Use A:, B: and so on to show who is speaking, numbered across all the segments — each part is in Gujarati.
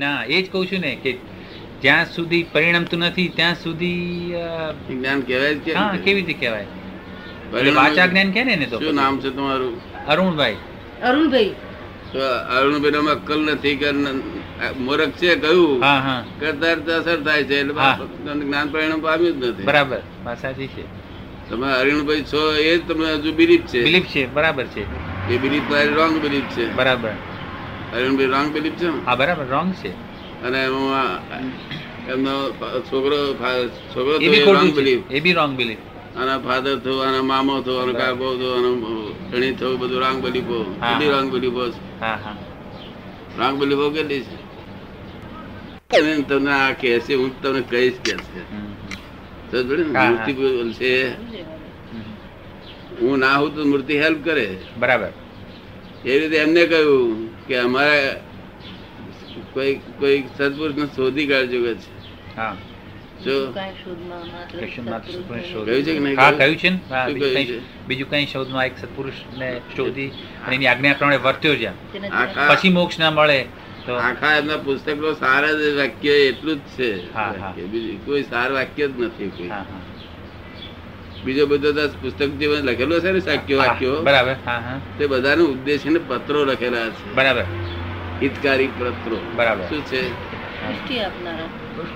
A: ના એ જ કહું છું ને કે જ્યાં સુધી પરિણમતું નથી ત્યાં સુધી અ,
B: જ્ઞાન કહેવાય જ
A: હા
B: કેમ?
A: કેવી રીતે કહેવાય એટલે
B: પરિણામ-
A: વાચા જ્ઞાન કહે ને એને તો
B: શું નામ છે તમારું
A: અરુણભાઈ
C: અરુણભાઈ
B: તો અરુણભાઈ નામ અક્કલ નથી કે ન- મૂરખ છે કહ્યું
A: હા હા
B: કે તરત અસર થાય છે એટલે
A: હા.
B: તમને જ્ઞાન પરિણામ પામ્યું જ નથી
A: બરાબર વાત સાચી છે
B: તમે અરુણભાઈ છો એ જ તમને હજુ બિલીફ છે
A: બિલીફ છે બરાબર છે
B: એ બિલીફ તમારી રોંગ બિલીફ છે
A: બરાબર
B: અરુણભાઈ રોંગ બિલીફ છે ને?
A: હા બરાબર રોંગ છે
B: અને હું આ- એમનો ફા- છોકરો ફા- છોકરો
A: એ
B: તો
A: બી
B: એ
A: ખોટું
B: wrong
A: છે
B: belief.
A: એ બી રોંગ બિલીફ
B: આના father થયું, આના મામો થયું, આનો
A: બરાબર.
B: કાકો થયું, આનો ધણી થયું, બધું wrong belief હો.
A: હા.
B: કેટલી wrong belief હો?
A: હા હા
B: wrong belief હો કેટલી છે અને તમને આ કહે છે હું તમને કહીશ કે છે
A: હમ,
B: સમજ પડી ને?
A: હા, હા.
B: મૂર્તિ બોલ છે
A: હમ,
B: હું ના હોઉં તો મૂર્તિ હેલ્પ કરે
A: હમ. બરાબર
B: એ રીતે એમને કહ્યું કે અમારે કોઈ કોઈ સદપુરુષને શોધી કાઢજો કે છે
A: હા
B: જો
C: કાંઈ શોધમાં માત્ર
A: કૃષ્ણ માત્ર સત્પુરુષ
C: સત્પુરુષ
A: શોધ.
B: કહ્યું છે કે નહીં
A: હા કહ્યું
B: કહ્યું?
A: છે ને હા,
B: શું
A: બીજું
B: કહ્યું
A: કંઈ- બીજું કંઈ શોધમાં એક સત્પુરુષને શોધી અને એની આજ્ઞા પ્રમાણે વર્ત્યો છે
C: તેને
B: આખા- હા.
A: પછી મોક્ષ ના મળે તો
B: આખા એમના પુસ્તકો સારા જ વાક્ય એટલું જ છે
A: હા, હા.
B: વાક્ય. બીજું કોઈ સાર વાક્ય જ નથી કોઈ.
A: હા, હા.
B: બીજો બધો તો પુસ્તક જે લખેલો છે ને શાક્ય
A: હા,
B: વાક્યો
A: બરાબર હા હા
B: તે બધાને ઉદ્દેશીને પત્રો લખેલા છે
A: બરાબર
B: હિતકારી પત્રો
A: બરાબર.
B: શું છે
C: દૃષ્ટિ આપનારા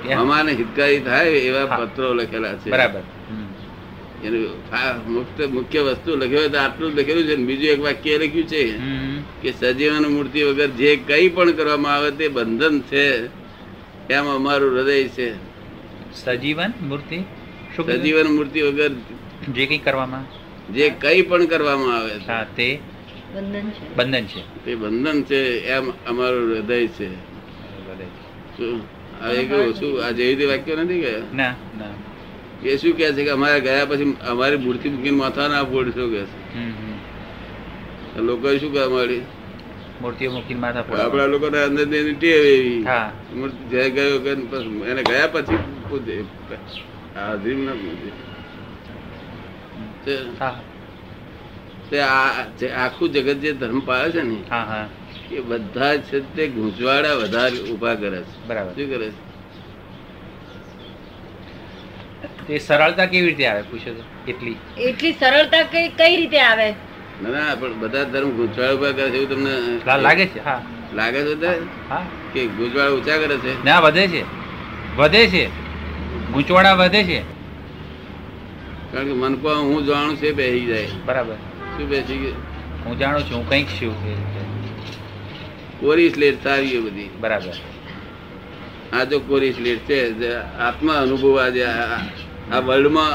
A: હા,
B: અમાને હિતકારી થાય
A: હા.
B: એવા પત્રો લખેલા છે
A: બરાબર હમ.
B: એનું આ મુખ્ય મુખ્ય વસ્તુ લખ્યું હોય તો આટલું જ લખેલું છે ને બીજું એક વાક્ય એ લખ્યું છે
A: હમ.
B: કે સજીવન મૂર્તિ વગર જે કંઈ પણ કરવામાં આવે તે બંધન છે એમ અમારું હૃદય છે
A: સજીવન મૂર્તિ શું કીધું?
B: સજીવન મૂર્તિ વગર
A: જે કંઈ કરવામાં
B: જે કંઈ પણ કરવામાં આવે છે
A: હા તે
C: બંધન છે
A: બંધન છે
B: તે બંધન છે એમ અમારું હૃદય છે શું? આ એ કેવું? શું આ જેવી રીતે વાક્ય નથી ગયા
A: ના ના
B: એ શું કહે છે કે અમારે ગયા પછી અમારી મૂર્તિ મૂકીને માથા ના ફોડશો કે
A: હમ, હમ.
B: છે લોકો શું કહે અમારી
A: મૂર્તિઓ મૂકીને માથા
B: આપણા
A: ફોડવા.
B: લોકોને અંદર તેની ટેવ એવી
A: હા
B: મૂર્તિ જય ગયો કે પછી એને ગયા પછી પૂજે હાજરી ના પૂજે તે-
A: હા
B: તે આ જે આખું જગત જે ધર્મ પાળે છે ને
A: હા હા
B: એ બધા જ છે તે ગૂંચવાડા વધારે ઊભા કરે છે
A: બરાબર
B: શું કરે છે
A: તે સરળતા કેવી રીતે આવે પૂછો તો એટલી
C: એટલી સરળતા કઈ કઈ રીતે આવે
B: ના ના પણ બધા ધર્મ ગુંચવાડ ઉભા કરે છે એવું તમને
A: લા- લાગે છે હા
B: લાગે છે વધારે?
A: હા
B: કે ગુંચવાડ ઊંચા કરે છે
A: ના વધે છે વધે છે ગૂંચવાડા વધે છે
B: કારણ કે મનકો હું જાણું છે બેસી જાય
A: બરાબર
B: શું બેસી ગયું?
A: હું જાણું છું હું કંઈક છું એ રીતે.
B: કોરી સ્લેટ સારી એ બધી
A: બરાબર
B: આ જો કોરી સ્લેટ છે જે આત્મા અનુભવ આજે આ આ- આ વર્લ્ડમાં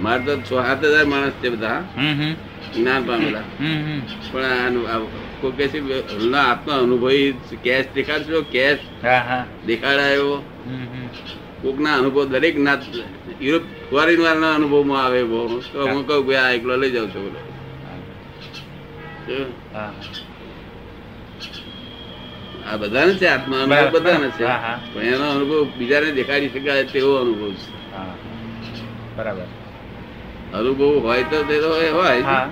B: મારે તો છ સાત હજાર માણસ છે બધા
A: હમ હમ
B: જ્ઞાન પામેલા
A: હમ હમ
B: પણ આ અનુ- આ કોઈ કહે છે કે ના આત્મા અનુભવી કેશ દેખાડશો કેશ
A: હા હા
B: દેખાડાયો
A: હમ હમ
B: કોકના અનુભવ દરેક ના યુરોપ ફોરેન વાળાના અનુભવમાં આવે બહુ તો હું કહું કે આ એકલો લઈ જાઉં છું
A: હા
B: આ બધાને છે આત્મા અનુભવ
A: બરાબર.
B: બધાને છે
A: હા, હા.
B: પણ એનો અનુભવ બીજાને દેખાડી શકાય તેવો અનુભવ છે
A: હા બરાબર
B: અનુભવ હોય તો તે તો એ હોય
A: હા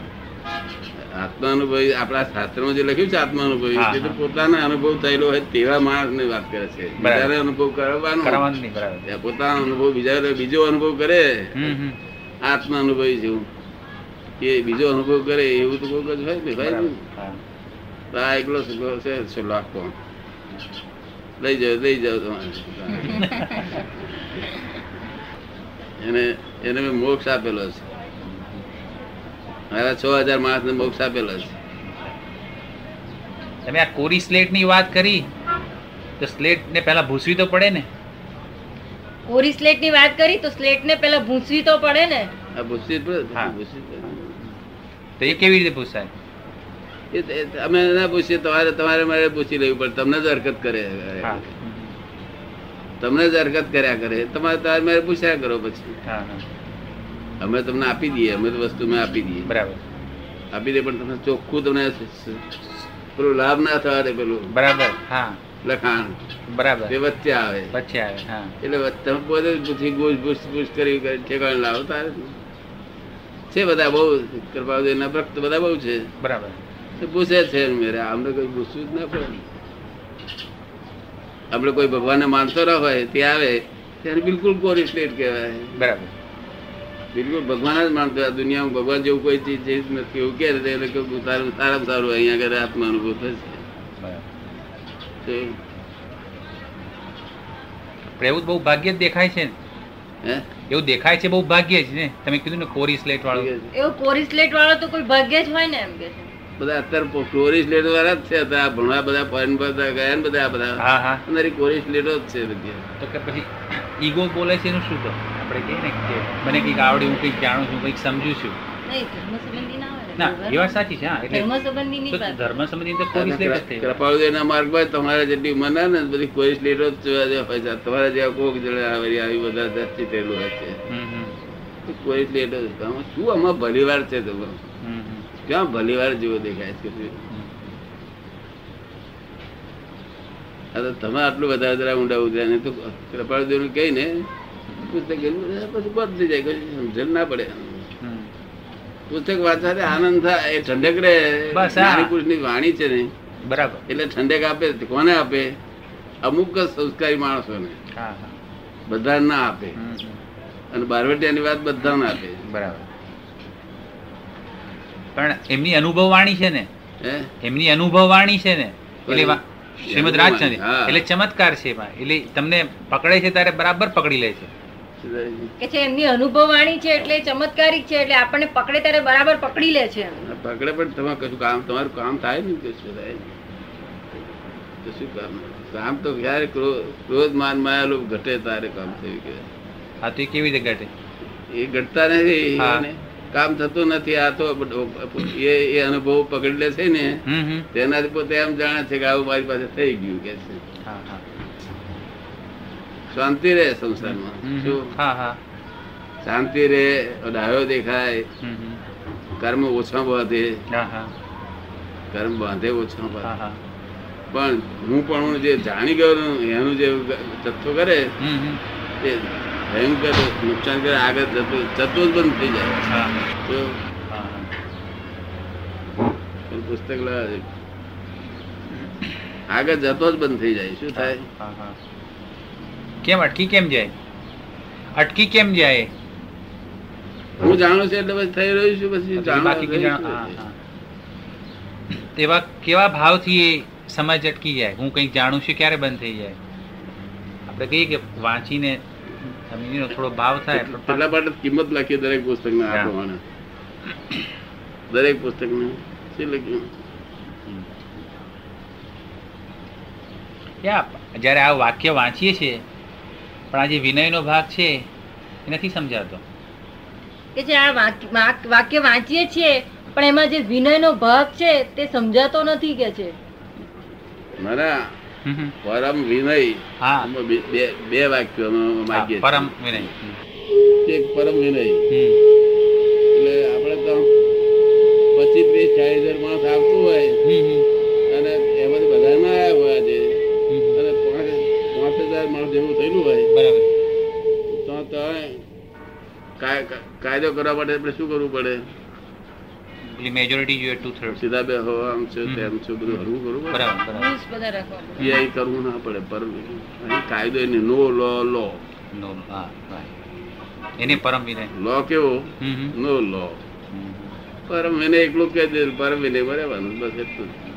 B: આત્મા અનુભવી આપણા શાસ્ત્રમાં જે લખ્યું છે આત્મા
A: હા,
B: અનુભવી તે તો
A: હા.
B: પોતાના અનુભવ થયેલો હોય તેવા માણસને વાત કરે છે બીજાને અનુભવ કરવાનો
A: કરવાનું નહીં બરાબર
B: પોતાનો અનુભવ બીજા બીજો અનુભવ કરે
A: હમ હમ
B: આત્મા અનુભવી છું એ બીજો અનુભવ કરે એવું તો કોઈ કશું હોય ને ભાઈ
A: બરાબર. હા
B: તો આ એકલો સગો છે છેલ્લો આખો લઈ જાઓ લઈ જાઓ તમારે એને એને મેં મોક્ષ આપેલો છે મારા છ હજાર માણસને મોક્ષ આપેલો છે
A: તમે આ કોરી સ્લેટ ની વાત કરી તો સ્લેટ ને પહેલા ભૂસવી તો પડે ને
C: કોરી સ્લેટ ની વાત કરી તો સ્લેટ ને પેલા ભૂંસવી તો પડે ને
B: આ ભૂષિત પર-
A: હા.
B: ભૂષિત પર-
A: તો એ કેવી રીતે ભૂસાય
B: એ તો- એ તો અમે ના પૂછીએ તમારે તમારે મારે પૂછી લેવું પડે તમને જ હરકત કરે
A: હા
B: તમને જ હરકત કર્યા કરે તમારે તમારે મારે પૂછ્યા કરો પછી
A: હા હા
B: અમે તમને આપી દઈએ અમે તો વસ્તુ અમે આપી દઈએ
A: બરાબર
B: આપી દે પણ તમને ચોખ્ખું તમને સ- સ- પેલું લાભ ના થવા દે પેલું
A: બરાબર હા
B: લખાણ તે
A: બરાબર
B: વચ્ચે આવે
A: પછી આવે હા
B: એટલે વચ- તમે પોતે જ પૂછી ગુસ ગુસ ગુસ કરી કરી ઠેકાણે લાવો તારે શું? છે બધા બહુ કૃપા એના ભક્ત બધા બહુ છે
A: બરાબર
B: તો પૂછે છે મેરે આમને કઈ પૂછવું જ ના પડે આપણે કોઈ ભગવાનને માનતો ન હોય તે આવે ત્યારે બિલકુલ કોરી સ્લેટ કહેવાય
A: બરાબર
B: બિલકુલ ભગવાન જ માનતો હોય. આ દુનિયામાં ભગવાન જેવું કોઈ ચીજ ચીજ નથી એવું કહે તો એ લોકો તારું સારામાં સારું અહીંયા આગળ આત્મા અનુભવ થશે
A: બરાબર
B: તો,
A: પણ એવું તો બહુ ભાગ્ય જ દેખાય છે ને
B: હે
A: એવું દેખાય છે બહુ ભાગ્ય જ ને તમે કીધું ને કોરી સ્લેટ વાળો
C: એવું કોરી સ્લેટ વાળો તો કોઈ ભાગ્ય જ હોય ને એમ કે છે
B: બધા અત્યારે કોરી સ્લેટ વાળા જ છે આ ભણવા બધા ફોરેન પર બધા ગયા ને બધા આ બધા
A: હા હા
B: અંદર કોરી સ્લેટો જ છે બધી
A: તો કે પછી ઈગો બોલે છે એનું શું તો આપણે કહીએ ને કે મને કંઈક આવડે હું કંઈક જાણું છું કંઈક સમજું છું
C: નહીં ધર્મ સંબંધી ના હોય ને.
A: ના એ વાત સાચી છે હા
C: ધર્મ
A: એટલે
C: સંબંધીની
A: તો
C: વાત.
A: ધર્મ સંબંધી તો કોરી સ્લેટ જ થઈ ગઈ.
B: કૃપાળુદેવના માર્ગમાં જ તમારા જેટલી ઉંમર ના ને બધી કોઈ સ્લેટો જ જોવા જેવા હોય છે. તમારા જેવા કોક જોડે આવી આવી બધા દસ્તી થયેલું હોય છે
A: હમ હમ
B: તો કોઈ સ્લેટો જ. આમાં શું આમાં ભલીવાર છે તમે
A: હમ હમ.
B: ક્યાં ભલીવાર જેવો દેખાય છે આ તો તમે આટલું બધા જરા ઊંડા ઉતર્યા નહીં તો કૃપાળુદેવનું કહીને પુસ્તક એટલું બધા પછી બંધ થઈ જાય કશું સમજણ ના પડે
A: હમ.
B: પુસ્તક વાંચવાથી આનંદ થાય એ ઠંડક રહે
A: બસ આ.
B: જ્ઞાનીપુરુષની વાણી છે ને
A: બરાબર
B: એટલે ઠંડક આપે કોને આપે અમુક જ સંસ્કારી માણસોને
A: હા હા
B: બધાને ના આપે
A: હમ હમ.
B: અને બારવટિયાની વાત બધાને આપે
A: બરાબર પણ એમની અનુભવવાણી છે ને
B: હે
A: એમની અનુભવવાણી છે ને એટલે વા-
B: બરાબર.
A: શ્રીમદ રાજચંદ્ર
B: હા.
A: એટલે ચમત્કાર છે એમાં એટલે તમને પકડે છે ત્યારે બરાબર પકડી લે છે
C: કે છે એમની અનુભવવાણી છે એટલે ચમત્કારિક છે એટલે આપણને પકડે ત્યારે બરાબર પકડી લે છે એમ.
B: પકડે પણ તમે કશું કામ તમારું કામ થાય ને કશું થાય નહીં. કશું કામ નહીં. કામ તો ક્યારે ક્રો- ક્રોધ માન માયા લોભ ઘટે તારે કામ થયું કે
A: હા તો એ કેવી રીતે ઘટે
B: એ ઘટતા નથી
A: હા.
B: અને કામ થતું નથી આ તો બધો- એ એ અનુભવ પકડી લે છે ને
A: હમ હમ
B: તેનાથી પોતે એમ જાણે છે કે આવું મારી પાસે થઈ ગયું કે છે
A: હા હા
B: શાંતિ રહે
A: હમ
B: સંસારમાં
A: હમ.
B: શું
A: હા હા
B: શાંતિ રહે ડાયો દેખાય
A: હમ હમ.
B: કર્મ ઓછા બાંધે
A: હા હા
B: કર્મ બાંધે ઓછા
A: હા
B: બાંધે
A: હા
B: પણ હું પણ હું જે જાણી ગયો ને એનું જે જથ્થો કરે
A: હમ હમ.
B: તે ભયંકર નુકસાન કરે આગળ જતું જતું જ બંધ થઈ જાય
A: હા
B: તો
A: હા
B: પણ પુસ્તક લાવવા જેવું. આગળ જતો જ બંધ થઈ જાય શું થાય
A: હા હા કેમ અટકી કેમ જાય અટકી કેમ જાય
B: હું જાણું છું એટલે પછી થઈ રહ્યું છું પછી
A: પછી બાકી
B: જાણવા
A: કોઈ
B: રહ્યું
A: જણ-
B: છું.
A: હા, હા. તેવા કેવા ભાવથી એ સમજ અટકી જાય હું કંઈક જાણું છું ક્યારે બંધ થઈ જાય આપણે કહીએ કે વાંચીને સમજીનો થોડો ભાવ થાય એટલો
B: એટલા માટે કિંમત લખી દરેક પુસ્તક ને આ
A: હા.
B: પ્રમાણે દરેક પુસ્તક ને શું લખ્યું
A: ક્યાં જ્યારે આ વાક્ય વાંચીએ છીએ પણ આ જે વિનયનો ભાગ છે એ નથી સમજાતો
C: કે છે આ વાક- વાક- વાક્ય વાંચીએ છીએ પણ એમાં જે વિનયનો ભાગ છે તે સમજાતો નથી કે છે
B: મારા
A: હમ હમ.
B: પરમ વિનય
A: હા
B: આમાં બે- બે- બે વાક્યો અમે
A: હા,
B: માગીએ
A: પરમ
B: છીએ.
A: વિનય
B: એક પરમ વિનય
A: હમ.
B: એટલે આપણે તો પચીસ ત્રીસ ચાલીસ હજાર માણસ આવતું હોય
A: હમ હમ.
B: અને એમાંથી બધા ના આવ્યા હોય આજે
A: હમ હમ.
B: અને પાંચ પાંચ હજાર માણસ જેવું થયેલું હોય
A: બરાબર
B: તો તો કાય- કા- કાયદો કરવા માટે આપણે શું કરવું પડે
A: એટલે મેજોરિટી જોઈએ ટુ થર્ડ
B: સીધા બે હો આમ છો
A: હમ.
B: તેમ છો બધું હરવું કરવું પડે
A: બરાબર બરાબર
C: રૂલ્સ બધા રાખવા પડે.
B: પીઆઈ કરવું ના પડે પર અહીં કાયદો એને નો લો લો
A: નો નો હા right. એને પરમ વિનય
B: લો કેવો
A: હમ હમ.
B: નો લો
A: હમ.
B: પરમ વિનય એકલું કહી દીધું પરમ વિનય બરાબર બસ એટલું જ.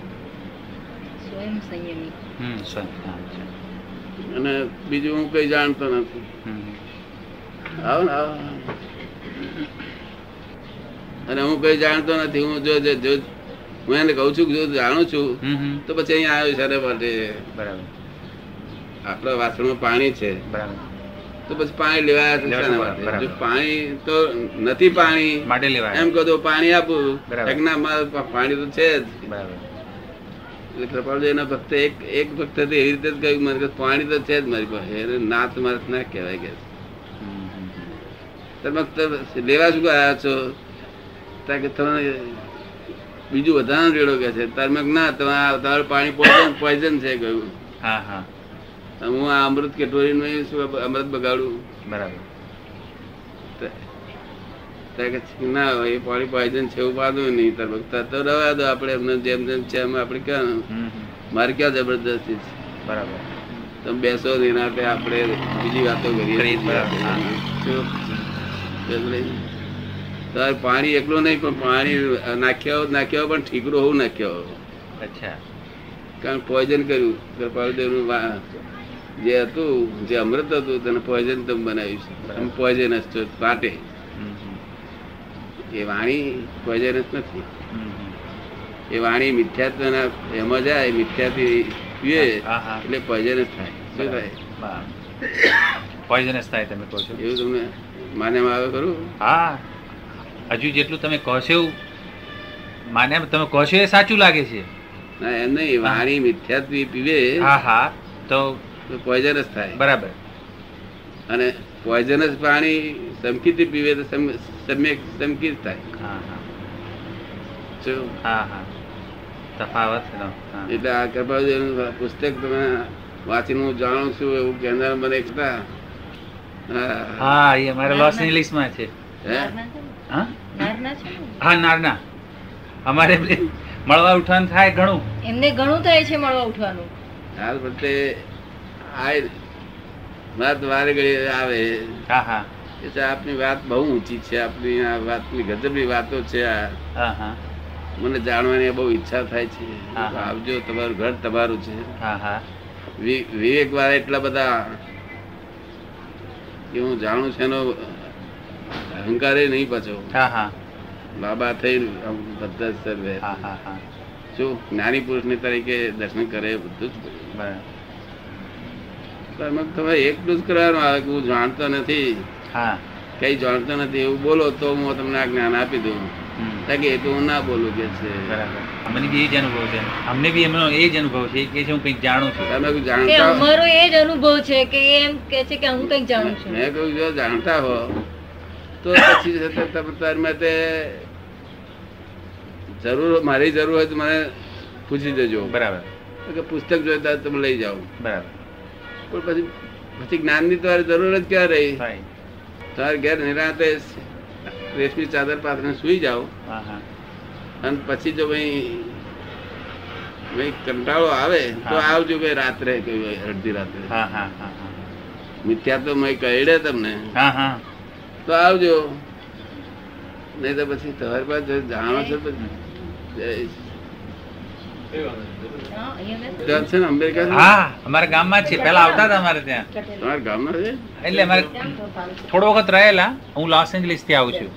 C: સ્વયં સંયમી
A: હમ સ્વ- હા, સ્વ-
B: અને બીજું હું કઈ જાણતો નથી
A: હમ.
B: આવો ને આવો અને હું કઈ જાણતો નથી હું જો જો- જો હું એને કહું છું કે જો જાણું છું
A: હમ હમ.
B: તો પછી અહીંયા આવ્યો છે એના માટે
A: બરાબર
B: આપણા વાસણમાં પાણી છે
A: બરાબર
B: તો પછી પાણી લેવા આવ્યા છે શેના માટે?
A: બરાબર.
B: જો પાણી તો નથી પાણી
A: માટે લેવાય
B: એમ કહો તો પાણી આપું
A: બરાબર.
B: આજ્ઞા મારે પા- પાણી તો છે જ
A: બરાબર
B: એટલે કૃપાળુજીના ભક્તે એક એક ભક્ત હતો એવી રીતે જ કહ્યું મને કે પાણી તો છે જ મારી પાસે એને નાથ માર્થ ના કહેવાય કે
A: હમ હમ હમ.
B: તમે ત- લેવા શું આવ્યા છો તા કે તમે બીજું વધારાનો રેડો કે છે તારે મેં કીધું, ના તમે આ તમારું પાણી પોઈઝન પોઈઝન છે કહ્યું
A: હા હા
B: હું આ અમૃત કેટોરીનું શું અમૃત બગાડું
A: બરાબર
B: ત્યાં કે છે, ના એ પાણી poison છે એવું બાંધવું નહીં તાર ભક્ત તો રવા દો આપણે એમને જેમ જેમ છે એમ આપણે ક્યાં
A: હમ હમ.
B: મારે ક્યાં જબરદસ્તી છે
A: બરાબર
B: તમે બેસો ને એના આપણે આપણે બીજી વાતો કરીએ
A: કરીએ છીએ.
B: હા. શું? બરાબર છે? તારે પાણી એકલું નહીં પણ પાણી નાખ્યા નાખ્યા પણ ઠીકરો હોવું નાખ્યા
A: અચ્છા
B: કારણ પોઈઝન કર્યું કૃપાળદેવનું વા- જે હતું જે અમૃત હતું તેને પોઈઝન તમે બનાવ્યું છે તમે પોઈઝનસ છો માટે
A: હમ, હમ,
B: એ વાણી પોઈઝનસ નથી
A: હમ, હમ.
B: એ વાણી મિથ્યાત્વના એમાં જાય મિથ્યાથી પીએ
A: હા, હા.
B: એટલે પોઈઝનસ થાય શું થાય
A: બરાબર. Poisonous થાય તમે કહો છો
B: એવું તમને માન્યમાં આવે ખરું
A: હા હજુ જેટલું તમે કહો છો એવું માન્યા તમે કહો છો એ સાચું લાગે છે
B: ના એમ નહીં વાણી મિથ્યાત્વી પીવે
A: હા હા તો
B: તો પોઈઝનસ થાય
A: બરાબર
B: અને પોઈઝનસ પાણી સમકીથી પીવે તો સમ- સમ્યક સમકીત થાય
A: હા હા
B: શું
A: હા હા તફાવત એનો. હા.
B: એટલે આ કૃપાદેવનું પુસ્તક તમે વાંચીને હું જાણું છું એવું કહેનાર મને કહેતા હા.
A: હા એ અમારે લોસ એન્જલિસમાં છે
B: હે?
C: નારના છે ને?
A: હા
C: નારના છે ને?
A: હા નારના અમારે બે મળવા ઉઠવાનું થાય ઘણું
C: એમને ઘણું થાય છે મળવા ઉઠવાનું
B: હાલ પ્રત્યે આ વાત વારે ઘડીએ આવે
A: હા હા
B: એટલે આપની વાત બહુ ઊંચી છે આપની આ વાતની ગજબની વાતો છે આ
A: હા હા
B: મને જાણવાની બહુ ઈચ્છા થાય છે
A: હા, હા.
B: આવજો તમારું ઘર તમારું છે
A: હા હા
B: વિ- વિવેક વાળા એટલા બધા કે હું જાણું છે એનો અહંકારે નહીં પાછો
A: હા હા
B: બાબા થઈ આમ બધા જ સર્વે
A: હા હા હા
B: શું જ્ઞાની પુરુષની તરીકે દર્શન કરે બધું જ કરે.
A: બરાબર
B: પણ એમાં તમે એકલું જ કરવાનું આવે કે હું જાણતો નથી
A: હા
B: કઈ જાણતો નથી એવું બોલો તો હું તમને આ જ્ઞાન આપી દઉં
A: હમ.
B: કારણ કે એ તો હું ના બોલું કે છે
A: બરાબર અમને બી એ જ અનુભવ છે અમને બી એમનો એ જ અનુભવ છે એ કહે છે હું કંઈક જાણું છું
B: તમે કોઈ
C: કે
B: જાણતા હો-
C: અમારો એ જ અનુભવ છે કે એ એમ કે છે કે હું કંઈક જાણું છું
B: મેં કહ્યું જો જાણતા હો તો પછી છે તે તમે તારમાં તે જરૂર મારી જરૂર હોય તો મને પૂછી દેજો
A: બરાબર
B: કે પુસ્તક જોઈતા હોય તો તમે લઈ જાઓ
A: બરાબર
B: પણ પછી પછી જ્ઞાનની તમારે જરૂર જ ક્યાં રહી
A: Right.
B: તમારે ઘેર નિરાંતે રેશમી ચાદર પાથરીને સૂઈ જાઓ
A: હા હા
B: અને પછી જો ભાઈ ભાઈ કંટાળો આવે તો
A: હા.
B: આવજો ભાઈ રાત્રે કોઈ અડધી રાત્રે
A: હા હા હા
B: મિથ્યા તો મેં કહેડે તમને
A: હા હા
B: તો આવજો નહીં તો પછી તમારી પાસે જાણો છો તો જય
C: હા, અહીંયા મેં-
B: ત્યાં છે ને અંબેડકર
A: હા અમારા ગામમાં જ છે પહેલા આવતા હતા અમારે ત્યાં
B: તમારા ગામમાં છે
A: એટલે અમારે થોડો વખત રહેલા હું લોસ એન્જલિસ થી આવું છું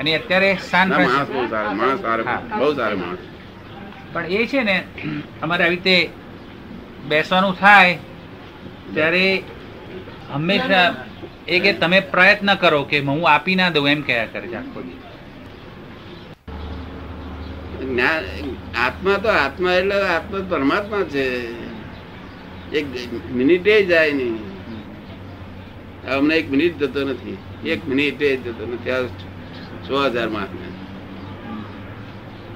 A: અને અત્યારે સાન
B: ના માણસ
A: ફ્રાન્સિસ્કો
B: બહુ સારો માણસ સારો
A: હા.
B: બહુ સારો માણસ
A: પણ એ છે ને અમારે આવી રીતે બેસવાનું થાય ત્યારે હંમેશા એ કે તમે પ્રયત્ન કરો કે હું આપી ના દઉં એમ કહ્યા કરે છે આખો દી.
B: જ્ઞાન આત્મા તો આત્મા એટલે આત્મા તો પરમાત્મા છે એક મિનિટે જાય નહીં અમને એક મિનિટ જતો નથી એક મિનિટે જતો નથી આ સો હજાર માર્કને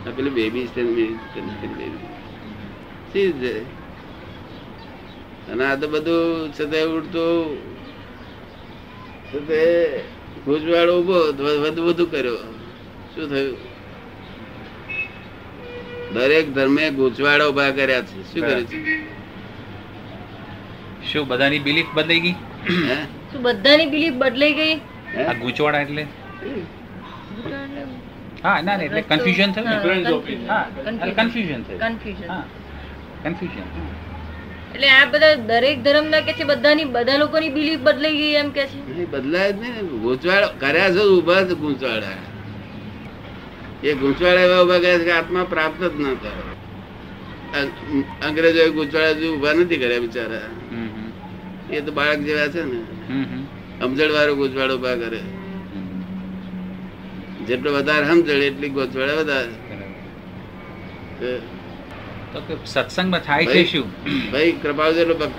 B: આ પેલી બેબી છે ને મિનિટ નથી બેબી સી જ અને આ તો બધું છતાંય ઉડતું છતાંય ભુજવાળો ઉભો તો વધુ વધુ કર્યો શું થયું દરેક ધર્મે ગૂંચવાડા ઉભા કર્યા છે શું કર્યું
A: શું બધાની બિલીફ બદલાઈ ગઈ
B: છે હે?
C: શું બધાની બિલીફ બદલાઈ ગઈ
A: આ
B: હે?
A: ગૂંચવાડા એટલે હા ના ના, એટલે કન્ફ્યુઝન થયું ને. હા કન્ફ્યુઝન થયું
C: કન્ફ્યુઝન
A: હા કન્ફ્યુઝન
C: એટલે આ બધા દરેક ધર્મના કે છે બધાની બધા લોકોની બિલીફ બદલાઈ ગઈ એમ કે છે
B: નહીં, બદલાય જ નહીં ને. ગૂંચવાડા કર્યા છે ઉભા છે ગૂંચવાડા એ ગૂંચવાડા એવા ઉભા કર્યા છે કે આત્મા પ્રાપ્ત જ ન કરે અં- અંગ્રેજોએ ગૂંચવાડા હજુ ઉભા નથી કર્યા બિચારા
A: હમ હમ.
B: એ તો બાળક જેવા છે ને
A: હમ હમ.
B: સમજણ વાળો ગૂંચવાડો ઉભા કરે
A: હમ.
B: જેટલો વધારે સમજણ એટલી ગૂંચવાડા વધારે
A: બરાબર.
B: તો
A: તો કે સત્સંગમાં થાય છે
B: ભાઈ-
A: શું
B: ભાઈ કૃપાવજો ભક્ત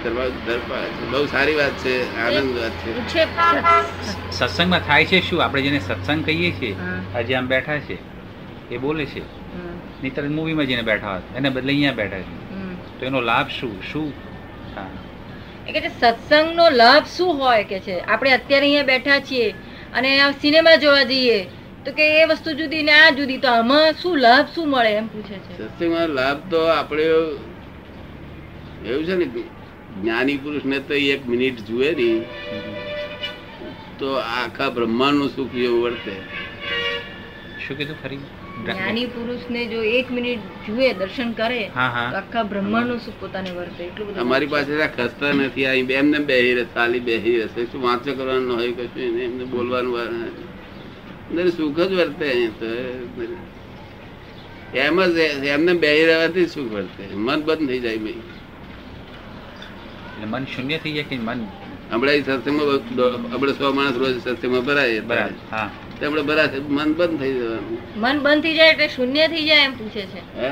B: કૃપાવજો બહુ સારી વાત છે આનંદ વાત છે
C: છે
A: સત્સંગમાં થાય છે શું આપણે જેને સત્સંગ કહીએ છીએ
C: હા.
A: આજે આમ બેઠા છે એ બોલે છે
C: હમ,
A: નહીતર મૂવીમાં જઈને બેઠા હોત એને બદલે અહીંયા બેઠા છે
C: હમ.
A: તો એનો લાભ શું શું હા
C: એ કે છે સત્સંગનો લાભ શું હોય કે છે આપણે અત્યારે અહીંયા બેઠા છીએ અને આ સિનેમા જોવા જઈએ તો કે એ વસ્તુ જુદી ને આ જુદી તો આમાં શું લાભ શું મળે એમ પૂછે છે
B: સત્સંગમાં લાભ તો આપણે એવું છે ને જ્ઞાની પુરુષને તો એક મિનિટ જુએ નહીં તો આખા બ્રહ્માંડનું સુખ જેવું વર્તે
A: શું કીધું ફરી
C: જ્ઞાની પુરુષને જો એક મિનિટ જુએ દર્શન કરે
A: હા
C: તો
A: હા
C: આખા બ્રહ્માંડનું સુખ પોતાને વર્તે એટલું બધું
B: અમારી પાસે આ ખસ્તા નથી આ એમ ને બેહી રહે સાલી બેહી રહેશે શું વાંચો કરવાનું હોય કશું એને એમને બોલવાનું વાર નથી. અંદર સુખ જ વર્તે અહીંયા તો એમ જ એ- એમને બેહી રહેવાથી સુખ વર્તે મન બંધ થઈ જાય ભાઈ
A: એટલે મન શૂન્ય થઈ જાય કે મન
B: હમણાં એ સત્સંગમાં બહુ દો- આપણે સો માણસ રોજ સત્સંગમાં ભરાય
A: બરાબર હા
B: તે આપણે ભરાશે મન બંધ થઈ જવાનું
C: મન બંધ થઈ જાય એટલે શૂન્ય થઈ જાય એમ પૂછે છે
B: હે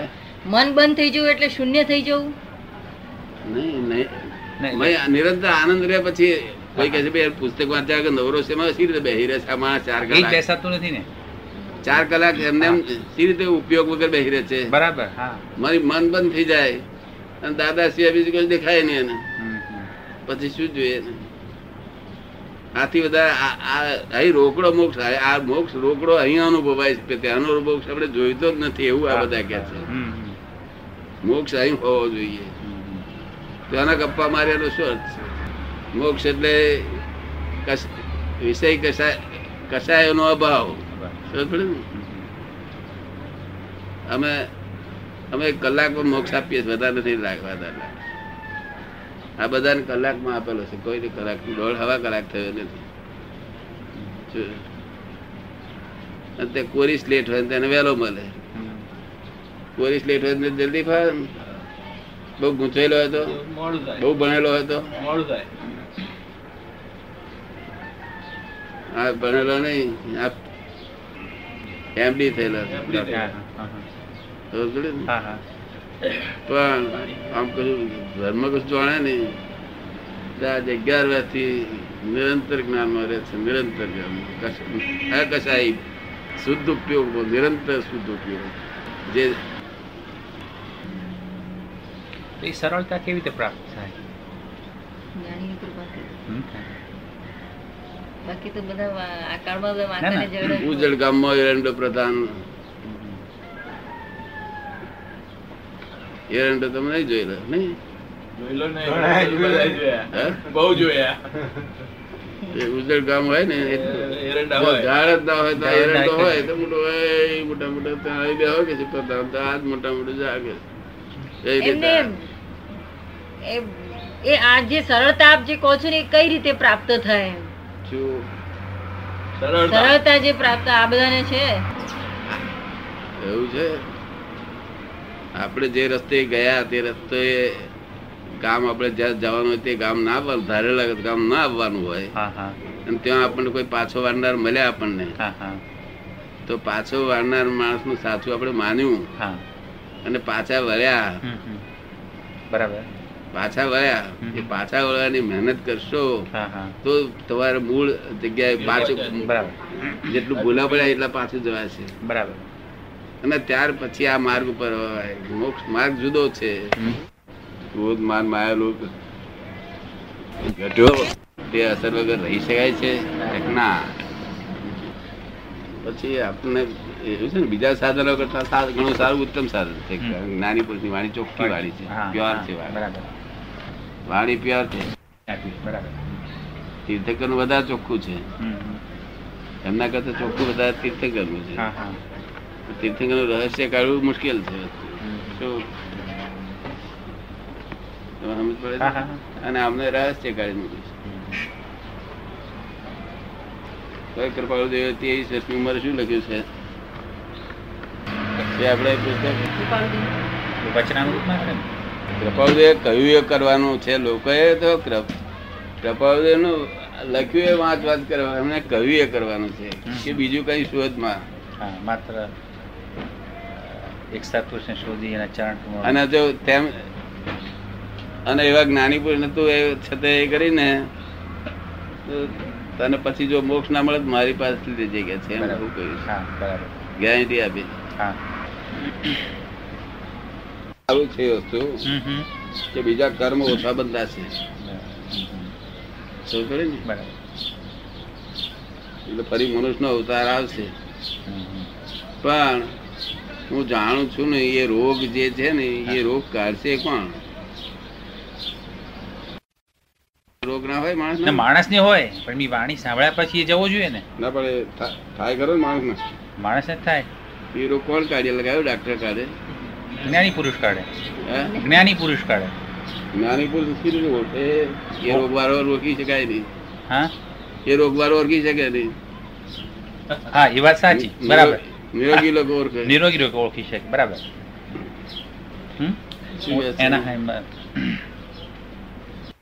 C: મન બંધ થઈ જવું એટલે શૂન્ય થઈ જવું
B: નહીં નહીં
A: નહીં,
B: ભાઈ આ નિરંતર આનંદ રહે પછી કોઈ કહે છે "બે પુસ્તક વાંચ્યા કે નવરો છે એમાં સી રીતે બેહી રહેશે આ માણસ ચાર
A: એ જ
B: કલાક
A: બેસાતું નથી ને
B: ચાર કલાક એમને એમ સી રીતે ઉપયોગ વગર બેહી રહે છે
A: બરાબર હા
B: મારી મન બંધ થઈ જાય અને દાદા સિવાય બીજું કોઈ દેખાય નહીં એને
A: હમ, હમ.
B: પછી શું જોઈએ એને? આથી વધારે આ- આ અહીં રોકડો મોક્ષ આ આ મોક્ષ રોકડો અહીં અનુભવાય છે ત્યાંનો મોક્ષ આપણે જોઈતો જ નથી એવું આ બધા કહે છે
A: હમ, હમ,
B: મોક્ષ અહીં હોવો જોઈએ
A: હમ.
B: ત્યાંના ગપ્પા માર્યાનો શું અર્થ છે મોક્ષ એટલે કશ- વિષય કશા કશાયનો અભાવ
A: બરાબર.
B: સમજ પડી ને?
A: હમ, હમ.
B: અમે અમે કલાકમાં મોક્ષ આપીએ છીએ વધારે નથી લાગવા દાદા આ બધાને કલાકમાં આપેલો છે કોઈને કલાક દોઢ હવા કલાક થયો નથી જો. અને તે કોરી સ્લેટ હોય ને તેને વહેલો મળે
A: હમ.
B: કોરી સ્લેટ હોય ને જલ્દી ફાવે ને. બહુ ગૂંચવેલો હોય તો
A: મોડું થાય
B: બહુ ભણેલો હોય તો
A: મોડું થાય
B: આ ભણેલો નહીં આ એમડી થયેલો છે.
A: હા, હા,
B: ખબર પડી ને?
A: હા, હા.
B: પણ આમ કશું ધર્મ કશું જાણે નહીં તો આજ અગિયાર વર્ષથી નિરંતર જ્ઞાનમાં રહે છે નિરંતર જ્ઞાનમાં. કશ- અકશાયી શુદ્ધ ઉપયોગ નિરંતર શુદ્ધ ઉપયોગ જે
A: તો એ સરળતા કેવી રીતે પ્રાપ્ત થાય
C: જ્ઞાનીની કૃપાથી
A: હમ?
C: બાકી તો બધા વા- આ કાળમાં બધા
A: ના, ના.
C: વાંકાને જડે જ હોય.
B: ઉજળ ગામમાં એરંડો પ્રધાન એરંડો તમે નહીં જોયેલો નહીં
D: ઘણા જોયા.
B: હે?
D: બહુ જોયા
B: એ ઉજળ ગામ હોય ને એ
D: એરંડા
B: જો
D: હોય
B: ઝાડ જ
A: ઝાડ
B: ના હોય તો આ
A: ના
B: એરંડો
A: હોય.
B: હોય તો મોટો હોય, મોટા મોટા ત્યાં આવી બે હોય કે છે પ્રધાન તો આ જ મોટા મોટું જાગે છે. એ રીતે
C: એમને
B: આ.
C: એમ, એ એ આ જે સરળતા આપ જે કહો છો ને એ કઈ રીતે પ્રાપ્ત થાય એમ?
B: શું?
D: સરળતા
C: સરળતા જે પ્રાપ્ત આ બધાને છે
B: એવું છે આપણે જે રસ્તે ગયા તે રસ્તે ગામ આપણે જ્યાં જવાનું હોય તે ગામ ના આવવાનું ધારેલા ગામ ના આવવાનું હોય
A: હા હા
B: અને ત્યાં આપણને કોઈ પાછો વાળનાર મળ્યા આપણને
A: હા હા
B: તો પાછો વાળનાર માણસનું સાચું આપણે માન્યું
A: હા
B: અને પાછા વળ્યા
A: હમ, હમ. બરાબર
B: પાછા વળ્યા
A: હમ.
B: એ પાછા વળવાની મહેનત કરશો
A: હા હા
B: તો તમારે મૂળ જગ્યાએ પાછું
A: બરાબર
B: જેટલું ભૂલા પડ્યા એટલા પાછું જવાશે
A: બરાબર
B: અને ત્યાર પછી આ માર્ગ પર વળાય. મોક્ષ માર્ગ જુદો છે
A: હમ.
B: ક્રોધ માન માયા લોભ ઘટ્યો તે અસર વગર રહી શકાય છે એક ના પછી આપણને એવું છે ને બીજા સાધનો કરતા સા- ઘણું સારું ઉત્તમ સાધન છે
A: હમ.
B: જ્ઞાની પુરુષની વાણી ચોખ્ખી વાણી છે
A: હા,
B: પ્યોર
A: હા,
B: છે વાણી
A: બરાબર
B: વાણી પ્યોર છે
A: આપીએ, બરાબર
B: તીર્થંકરનું વધારે ચોખ્ખું છે
A: હમ, હમ.
B: એમના કરતા ચોખ્ખું વધારે તીર્થંકરનું છે
A: હા હા
B: તીર્થંકરનું રહસ્ય કાઢવું મુશ્કેલ છે
A: હમ.
B: શું તમે સમજ પડે
A: હા
B: છે?
A: હા
B: અને અમને રહસ્ય કાઢી મૂક્યું છે કઈ કૃપાળુ દેવ ત્રેવીસ વર્ષની ઉંમરે શું લખ્યું છે તે આપણે પુસ્તક
A: વચનામૃતમાં છે ને?
B: કૃપાળુ દેવે કહ્યું એ કરવાનું છે લોકોએ તો કૃપ- કૃપાળુ દેવનું લખ્યું એ વાંચ વાત કરવા એમને કહ્યું એ કરવાનું છે કે બીજું કઈ શોધમાં
A: હા માત્ર અ, એક સત્પુરુષને શોધી એના ચરણ કમળ.
B: અને જો તેમ અને એવા જ્ઞાની પુરુષને તું એ છતાં એ કરીને તો તને પછી જો મોક્ષ ના મળે તો મારી પાસેથી લેજે કે છે એમ
A: બરાબર.
B: એવું કહ્યું છે.
A: હા બરાબર
B: ગેરંટી આપી
A: હા
B: સારું છે એ વસ્તુ
A: હમ, હમ.
B: કે બીજા કર્મ ઓછા બંધાશે સમજ પડી ને?
A: બરાબર
B: એટલે ફરી મનુષ્યનો અવતાર આવશે
A: હમ, હમ.
B: પણ હું જાણું છું ને એ રોગ જે છે ને એ રોગ કાઢશે કોણ રોગ ના હોય માણસ
A: ને માણસને હોય પણ એમની વાણી સાંભળ્યા પછી એ જવો જોઈએ ને
B: ના પણ એ થા- થાય ખરો ને માણસ
A: માણસને જ થાય
B: એ રોગ કોણ કાઢી લગાવ્યો ડાક્ટર કાઢે
A: જ્ઞાની પુરુષ કાઢે
B: હે?
A: જ્ઞાની પુરુષ કાઢે
B: જ્ઞાની પુરુષ કીધું ને ઓળખે. એ રોગ વાળો રોકી શકાય નહીં
A: હા
B: એ રોગ વાળો ઓળખી શકે નહીં
A: હા એ વાત સાચી બરાબર
B: નિરોગી લોકો ઓળખે
A: નિરોગી રોગ ઓળખી શકે બરાબર હમ?
B: શું કહે છે?
A: એના એમ-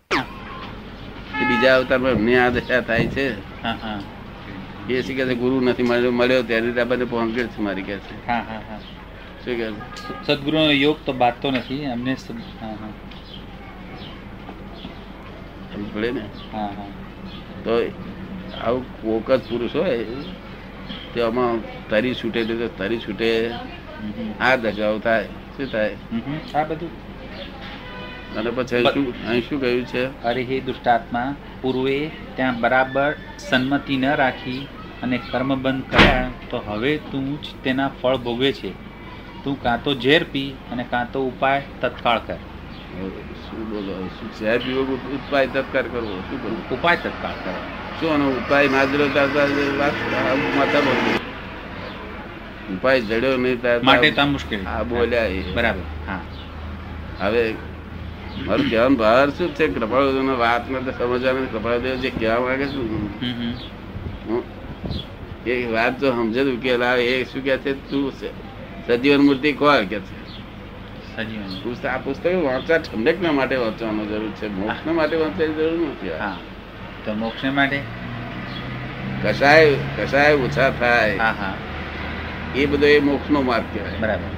B: એ બીજા અવતારમાં અમને આ દશા થાય છે
A: હા હા
B: એ શું કહે છે ગુરુ નથી મળ્યો મળ્યો ત્યારે આ બધે પહોંચે છે મારી કહે છે
A: હા હા હા
B: શું કહે છે?
A: સદગુરુનો યોગ તો બાંધતો નથી અમને સ- હા હા
B: સમજ પડે ને
A: હા હા
B: તો આવું કોક જ પુરુષ હોય તો આમાં તરી છૂટે એટલે તો તરી છૂટે
A: હમ, હમ.
B: આ દગાવ થાય શું થાય
A: હમ, હમ. આ બધું
B: અને પછી અહીં શું અહીં શું કહ્યું છે
A: અરે હે દુષ્ટાત્મા પૂર્વે ત્યાં બરાબર સન્મતિ ન રાખી અને કર્મબંધ કર્યા તો હવે તું જ તેના ફળ ભોગવે છે તું કાં તો ઝેર પી અને કાં તો ઉપાય તત્કાળ કર
B: શું બોલો શું ઝેર પીવો કે ઉપાય તત્કાર કરવો શું કરવું
A: ઉપાય તત્કાળ કર
B: શું આનો ઉપાય માત્ર માતા બોલી ઉપાય જડ્યો નહીં તાર-
A: માટે તો આ મુશ્કેલી
B: આ બોલ્યા એ.
A: બરાબર હા
B: હવે મારું કહેવાનો ભાર શું છે કૃપાળુદેવનો વાતને તો સમજવાનું કૃપાળુદેવ જે કહેવા માંગે છે ને,
A: હમ, હમ.
B: હું એ વાત જો સમજે તો ઉકેલ આવે એ શું કહે છે તું સ- સજીવન મૂર્તિ કોણ કે છે
A: સજીવન
B: પુસ્તક આ પુસ્તક વાંચવા ઠંડકના માટે વાંચવાનો જરૂર છે મોક્ષના માટે વાંચવાની જરૂર નથી
A: હા તો મોક્ષને માટે
B: કસાય કસાય ઓછા થાય
A: હા હા
B: એ બધો એ મોક્ષનો માર્ગ કહેવાય
A: બરાબર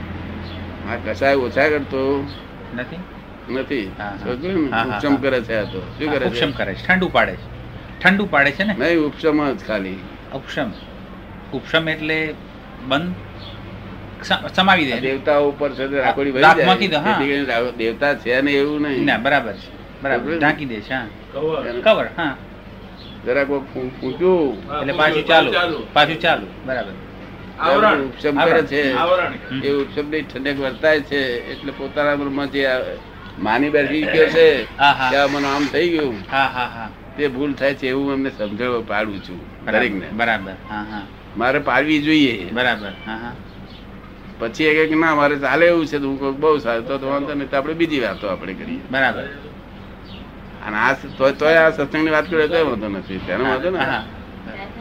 B: આ કસાય ઓછા કરતો
A: નથી
B: નથી
A: હા, હા.
B: સમજ્યું ને?
A: હા, હા,
B: ઉપશમ
A: હા.
B: કરે છે આ તો શું કરે છે
A: ઉપશમ કરે છે ઠંડુ પાડે છે ઠંડુ પાડે છે ને
B: નહીં ઉપશમ જ ખાલી
A: ઉપશમ ઉપશમ એટલે બંધ સ- સમાવી
B: આ
A: દે
B: દેવતાઓ ઉપર છે તે રાખોડી વહી
A: દાંતમાં
B: જાય.
A: કીધું, હા.
B: જેથી કરીને રાવ- દેવતા છે ને એવું નહીં
A: ના બરાબર છે બરાબર
B: બરાબર.
A: ઢાંકી દે છે હા
D: કવર.
A: કવર હા
B: જરાક કોક ફૂ- ફૂંક્યું.
D: હા,
A: એટલે પાછું ચાલુ પાછું ચાલુ બરાબર
D: આવરણ
B: ઉપશમ કરે છે
D: આવરણ
A: હમ.
B: એ ઉપશમની ઠંડક વર્તાય છે એટલે પોતાના મનમાં જે આ માની બેઠી ગયો છે
A: હા, હા.
B: કે આ મને આમ થઈ ગયું
A: હા હા હા
B: તે ભૂલ થાય છે એવું એમને સમજાવવા પાડું છું દરેકને
A: બરાબર બરાબર હા હા
B: મારે પાડવી જોઈએ
A: બરાબર હા હા
B: પછી એ કહે કે ના મારે ચાલે એવું છે તો હું કહું બહુ સારું તો તો વાંધો નહીં તો આપણે બીજી વાતો આપણે કરીએ
A: બરાબર
B: અને આ સ- તો તોય આ સત્સંગની વાત કરીએ તો વાંધો નથી તેનો વાંધો
A: હા,
B: ને
A: હા.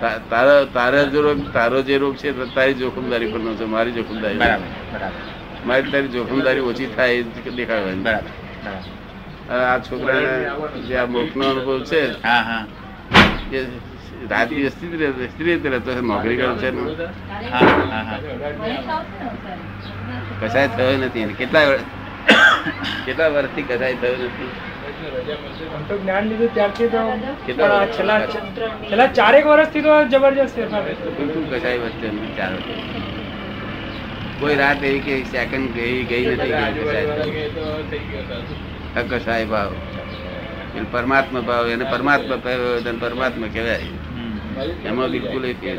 B: તા- તારો તારા જો રોગ તારો જે રોગ છે તો તારી જોખમદારી પર નો છે મારી જોખમદારી
A: બરાબર બરાબર
B: મારી તારી જોખમદારી ઓછી થાય એ જ દેખાડવાની
A: બરાબર બરાબર
B: અને આ છોકરાને જે આ મોક્ષનો અનુભવ છે
A: હા હા
B: એ રાત દિવસ સ્થિર રહે- સ્થિર રીતે રહેતો છે નોકરી કરે છે ને.
A: હા હા હા
B: કસાય થયો નથી એને કેટલા વર- કેટલા વર્ષથી કસાય થયો નથી
E: તો જ્ઞાન લીધું ત્યારથી તો
B: કેટલા
E: પણ આ
B: વર્ષ?
E: છેલ્લા છેલ્લા ચારેક વર્ષથી તો જબરજસ્ત ફેરફાર છે.
B: બિલકુલ કસાય વચ્ચે નથી ચાલો કોઈ રાત એવી કે સેકન્ડ ગઈ ગઈ નથી કે કસાય થયો. આ કસાય ભાવ એટલે પરમાત્મા ભાવ એને પરમાત્મા ભાવ હોય તો એને પરમાત્મા કહેવાય
A: હમ.
B: એમાં બિલકુલ એ ફેર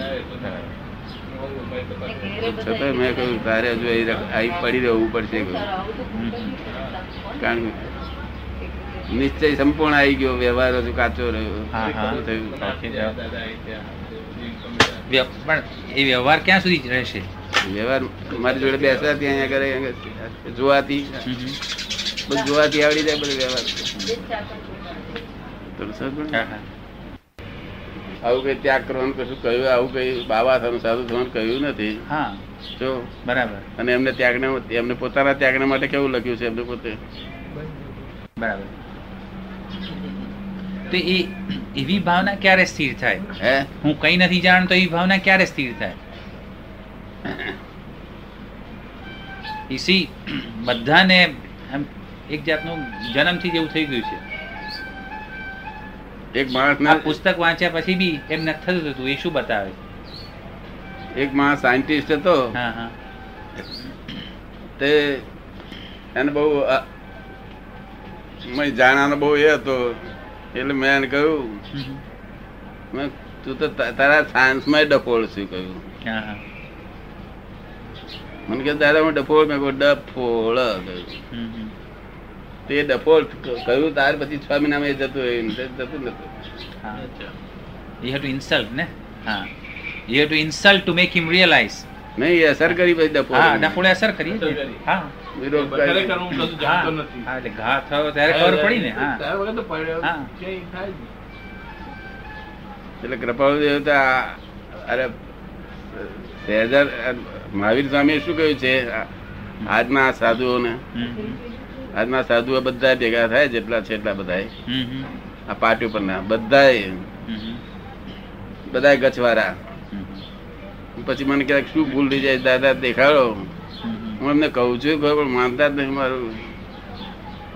B: છતાં મેં કહ્યું તારે હજુ અહીં રખ- અહીં પડી રહેવું પડશે કહ્યું. કારણ કે નિશ્ચય સંપૂર્ણ આવી ગયો વ્યવહાર હજુ કાચો રહ્યો
A: હા, હા.
B: શું થયું?
A: વ્ય- પણ એ વ્યવહાર ક્યાં સુધી જ રહેશે
B: વ્યવહાર મારી જોડે બેસાતી અહીંયા કરે અહીંયા જોવાતી
A: હમ, હમ.
B: બધું જોવાતી આવડી જાય બધું વ્યવહાર તો સમજ પડી?
A: હા, હા.
B: આવું કઈ ત્યાગ કરવાનું કશું કહ્યું આવું કઈ બાબા થવાનું સાધુ થવાનું કહ્યું નથી
A: હા
B: જો
A: બરાબર
B: અને એમને ત્યાગને એમને પોતાના ત્યાગને માટે કેવું લખ્યું છે એમને પોતે
A: બરાબર તો એ એવી ભાવના ક્યારે સ્થિર થાય
B: હે
A: હું કંઈ નથી જાણતો એવી ભાવના ક્યારે સ્થિર થાય ઈસી બધાને આમ એક જાતનું જન્મથી જ એવું થઈ ગયું છે
B: એક
A: આ
B: માણસ
A: પુસ્તક વાંચ્યા પછી બી એમ નથી થતું હતું એ શું બતાવે
B: એક માણસ સાયન્ટિસ્ટ હતો
A: હા હા
B: તે એને બહુ અ- મય જાણાનો બહુ એ હતો એટલે મેં એને કહ્યું
A: હમ, હમ.
B: મેં તું તો તા- તારા સાયન્સમાં ડફોળ છું કહ્યું
A: હા હા
B: મને કે દાદા હું ડફોળ મેં કહ્યું ડફોળ કહ્યું
A: હમ, હમ.
B: તે ડફોલ્ટ કહ્યું ત્યાર પછી છ મહિનામાં એ જતું રહ્યું ને તે જતું નતું
A: હા
D: અચ્છા.
A: યુ હેવ ટુ ઇન્સલ્ટ ને હા you have to insult to make him realise
B: નહીં એ અસર કરી પછી ડફોલ્ટ
A: હા ડફોડે અસર કરી
D: અસર કરી.
A: હા
B: વિરોધ કરી.
D: ખરેખર હું કશું
A: હા
D: જાણતો નથી
A: હા, એટલે ઘા થયો ત્યારે ખબર પડી ને હા
D: ત્યારે વગર તો પડ્યો.
A: હા.
D: ક્યાંય થાય જ નહીં.
B: એટલે કૃપાળુ દેવ તો આ- અરે સહેજાર મહાવીર સ્વામીએ શું કહ્યું છે આ- આજના આ સાધુઓને
A: હમ, હમ.
B: આજના સાધુઓ બધા ભેગા થાય જેટલા છે એટલા બધા
A: હમ, હમ.
B: આ પાટી ઉપરના બધાય
A: હમ, હમ.
B: બધાય ગચવારા
A: હમ,
B: પછી મને ક્યાંક શું ભૂલ થઈ જાય દાદા દેખાડો
A: હમ.
B: હું એમને કહું છું ખરું પણ માનતા જ નહીં મારું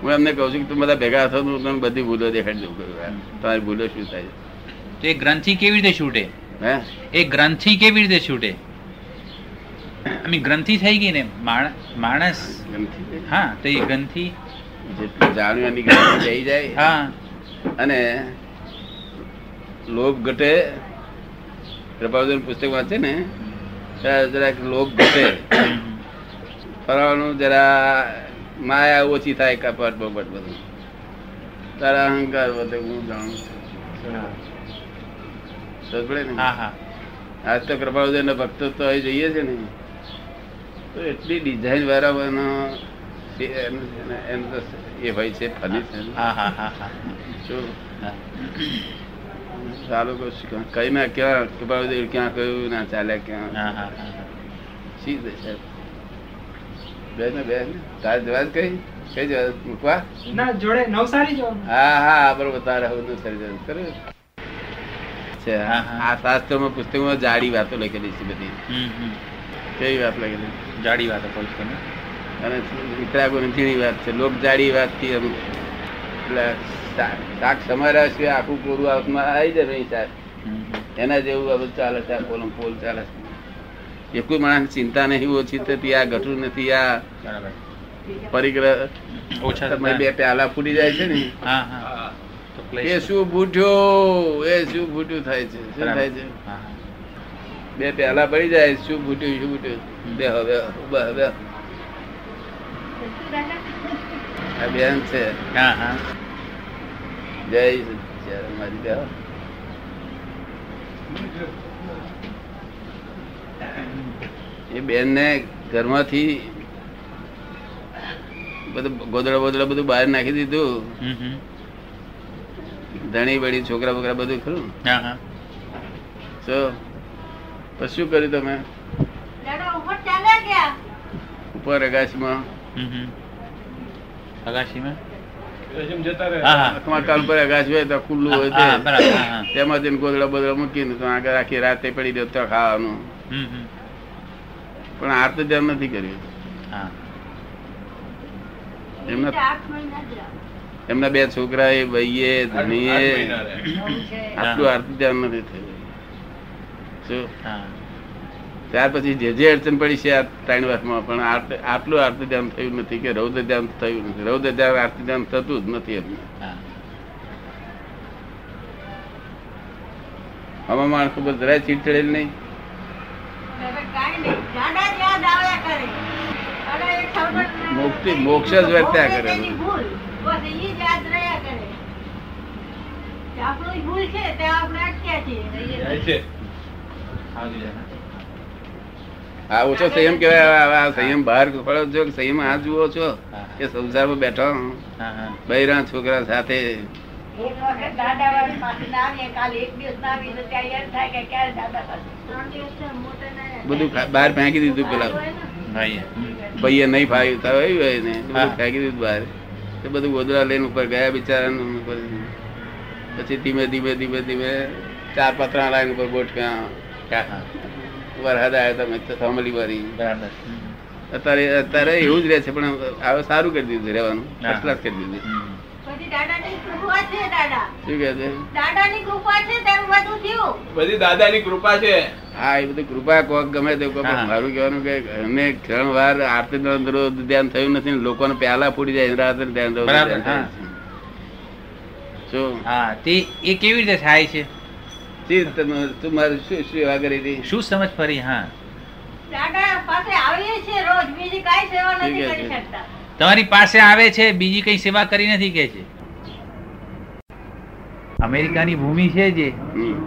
B: હું એમને કહું છું કે તમે બધા ભેગા થો તો હું તમને બધી ભૂલો દેખાડી દઉં કહ્યું, "આ તમારી ભૂલો શું થાય
A: તો એ ગ્રંથિ કેવી રીતે છૂટે
B: હે
A: એ ગ્રંથિ કેવી રીતે છૂટે I mean, ગ્રંથિ થઈ ગઈ ને માણ- માણસ
B: ગમતી છે?
A: હા તો એ ગ્રંથિ
B: જેટલું જાણ્યું એની ગમતી જઈ જાય
A: હા
B: અને લોભ ઘટે પ્રભાવજન પુસ્તક વાંચે ને ત્યારે જરાક લોભ ઘટે
A: હમ, હમ.
B: ફરવાનું જરા માયા ઓછી થાય કપટ બપટ બધું તારા અહંકાર વધે હું જાણું છું સમજ પડે ને?
A: હા હા
B: આજ તો કૃપાળુદેવના ભક્તો તો અહીં જઈએ છે ને તો એટલી ડિઝાઇન વાળાનો એમ એમ તો એ હોય છે ફની છે ને.
A: હા હા હા હા
B: શું?
A: હા.
B: ચાલો કહું છું કે કઈ ના ક્યાં કૃપાળુદેવ ક્યાં કહ્યું ના ચાલે ક્યાં
A: હા હા હા.
B: શી દશા બે ને બે ને તારે જવા જ કઈ કઈ જવા મૂકવા
E: ના જોડે નવસારી જવાનું
B: હા હા બરોબર તારે હવે નું સર્જન કર્યું છે
A: હા, હા.
B: આ શાસ્ત્રોમાં પુસ્તકમાં જાડી વાતો લખેલી છે બધી
A: હમ, હમ.
B: કેવી વાત લખેલી
A: જાડી વાતો કહું છું તમે.
B: અને વિતરાગોની ઝીણી વાત છે લોક જાડી વાતથી એમ એટલે શાક શાક સમારા છે આખું કોરું હાથમાં આવી જાય નહીં શાક
A: હમ, હમ.
B: એના જેવું આ બધું ચાલે છે આ કોલમ પોલ ચાલે છે એ કોઈ માણસ ચિંતા નહીં ઓછી થતી આ ઘટું નથી આ
A: બરાબર
B: પરિગ્રહ
A: ઓછા
B: તમે
A: થતા.
B: બે પ્યાલા ફૂટી જાય છે ને
A: હા હા
D: હા.
A: તો
B: એ
A: place-
B: શું ભૂટ્યો એ શું ભૂટ્યું થાય છે શું
A: બરાબર.
B: થાય છે
A: હા, હા.
B: બે પહેલા પડી જાય શું ભૂટ્યું શું ભૂટ્યું બે હવે બે હવે આ બેન છે
A: હા હા
B: જય સચ્ચિદાનંદ, મારી બેન. એ બેન ને ઘરમાંથી બધું ગોદડા બોદડા બધું બહાર નાખી દીધું
A: હમ, હમ.
B: ધણી બળી છોકરા બોકરા બધું ખરું
A: હા હા
B: તો પછી શું કર્યું તમે ઉપર અગાશમાં
A: હમ, હમ. અગાશીમાં
D: પછી જતા રહે.
A: હા હા
B: આંખમાં કાલ પર અગાશ હોય તો ખુલ્લું હોય
A: હા, હા,
B: તે.
A: બરાબર હા હા
B: તેમાં જઈને ગોદડા બોદડા મૂકીને તો આગળ આખી રાતે પડી રહ્યો તો ખાવાનું
A: હમ, હમ.
B: પણ આ તો ધ્યાન નથી કર્યું
A: હા
B: એમના એમના બે છોકરા એ ભાઈએ
D: આઠ મહિના
B: ધણીએ
D: રહે.
B: આટલું આરતી ધ્યાન નથી થયું શું?
A: હા
B: ત્યાર પછી જે જે અડચણ પડી છે આ ત્રણ વર્ષમાં પણ આટ- આટલું આરતી ધ્યાન થયું નથી કે રૌદ્ર ધ્યાન થયું નથી રૌદ્ર ધ્યાન આરતી ધ્યાન થતું જ નથી એમને
A: હા
B: આમાં માણસો પર જરાય ચીડચડેલ નહીં મુક્તિ મોક્ષ જ વર્ત્યા કરે
D: જાય છે.
A: આવજો જરા.
B: આ ઓછો સંયમ કહેવાય આ- આ સંયમ બહાર પડો છો કે સંયમ આ જુઓ છો
A: હા હા.
B: કે સંસારમાં બેઠો હું.
A: હા હા
B: બૈરા છોકરા સાથે બધું ખા- બહાર ફેંકી દીધું પેલા
A: ભાઈએ. હમ.
B: ભાઈએ નહીં ફાવ્યું તો આવ્યું હોય ને તો બધું
A: હા.
B: ફેંકી દીધું બહાર તો બધું ગોદડા લઈને ઉપર ગયા બિચારા પછી ધીમે ધીમે ધીમે ધીમે ચાર પતરા લાઈન ઉપર ગોઠવ્યા
A: હા હા
B: વરસાદ આવ્યો તમે તો સાંભળી વારી
A: બરાબર હમ.
B: અત્યારે અત્યારે એવું જ રહે છે પણ હવે સારું કરી દીધું રહેવાનું
A: હા.
B: ફર્સ્ટ ક્લાસ કરી દીધું
A: હમ.
B: શું કહે છે
F: દાદાની કૃપા છે તારું બધું થયું
D: બધી દાદાની કૃપા છે
B: હા એ બધું કૃપા કોક ગમે તે કોક
A: હા.
B: મારું કહેવાનું કે અમને ઘણી વાર આરતી નો દરરોજ ધ્યાન થયું નથી ને લોકોને પ્યાલા ફૂટી જાય રાત્રે ધ્યાન દરરોજ
A: બરાબર,
B: ધ્યાન થાય છે. શું
A: હા તે એ કેવી રીતે થાય છે
B: શી તમે- તું મારું શું શું એવા કરી હતી
A: શું સમજ ફરી હા
F: દાદા પાસે આવીએ છીએ રોજ બીજી કાંઈ સેવા
B: ઠીક
F: નથી
B: છે.
F: કરી શકતા
A: તમારી પાસે આવે છે બીજી કઈ સેવા કરી નથી કે છે અમેરિકાની ભૂમિ છે જે
B: હમ.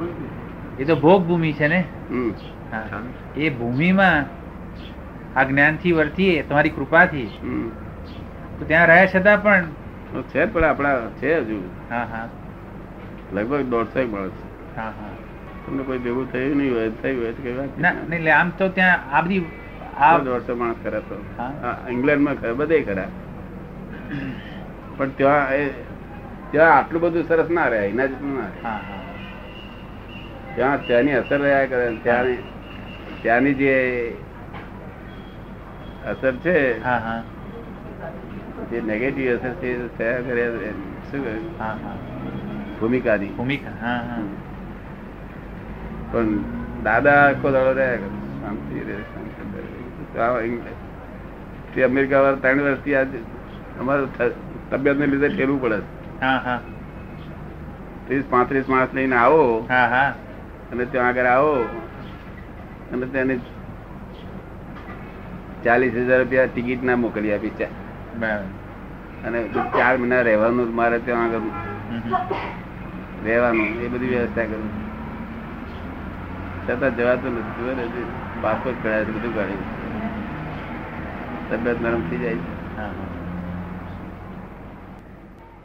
A: એ તો ભોગ ભૂમિ છે ને
B: હમ.
A: હા. એ ભૂમિમાં આ જ્ઞાનથી વર્તીએ તમારી કૃપાથી
B: હમ.
A: તો ત્યાં રહ્યા છતાં પણ
B: તો છે પણ આપણા છે હજુ
A: હા હા
B: લગભગ દોઢસો માણસ
A: હા હા
B: તમને કોઈ ભેગું થયું નહીં હોય થયું હોય તો કઈ વાત
A: ના
B: નહીં.
A: નહીં, એટલે આમ તો ત્યાં આ બધી
B: આ
A: આ
B: દોઢસો માણસ ખરા તો
A: હા.
B: આ ઇંગ્લેન્ડમાં ખરા બધે ખરા પણ ત્યાં એ ત્યાં આટલું બધું સરસ ના રહે એના જેટલું ના રહે
A: હા હા
B: ત્યાં ત્યાંની અસર રહ્યા કરે અને ત્યાંની ત્યાંની જે અસર છે
A: હા હા
B: જે નેગેટિવ અસર છે એ થયા કર્યા કરે. શું કહ્યું
A: હા હા
B: ભૂમિકાની
A: ભૂમિકા હા હા
B: પણ દાદા આખો દાડો રહ્યા કરે. શાંતિ રહે શાંતિ રહે. તો આ ઇંગ્લેન્ડ- તે અમેરિકા વાળા ત્રણ વર્ષથી આજે અમારે થ- તબિયતને લીધે ઠેલવું પડે
A: હા હા
B: ત્રીસ પાંત્રીસ માણસ લઈને આવો
A: હા હા
B: અને ત્યાં આગળ આવો અને તેને ચાલીસ હજાર રૂપિયા ટિકિટ ના મોકલી આપી છે
A: બરાબર
B: અને ચાર મહિના રહેવાનું મારે ત્યાં આગળ
A: હમ, હમ.
B: રહેવાનું એ બધી વ્યવસ્થા કરું છતાં જવાતું નથી જુઓ ને હજી પાસપોર્ટ કઢાય છે બધું કાઢ્યું તબિયત નરમ થઈ જાય છે
A: હા હા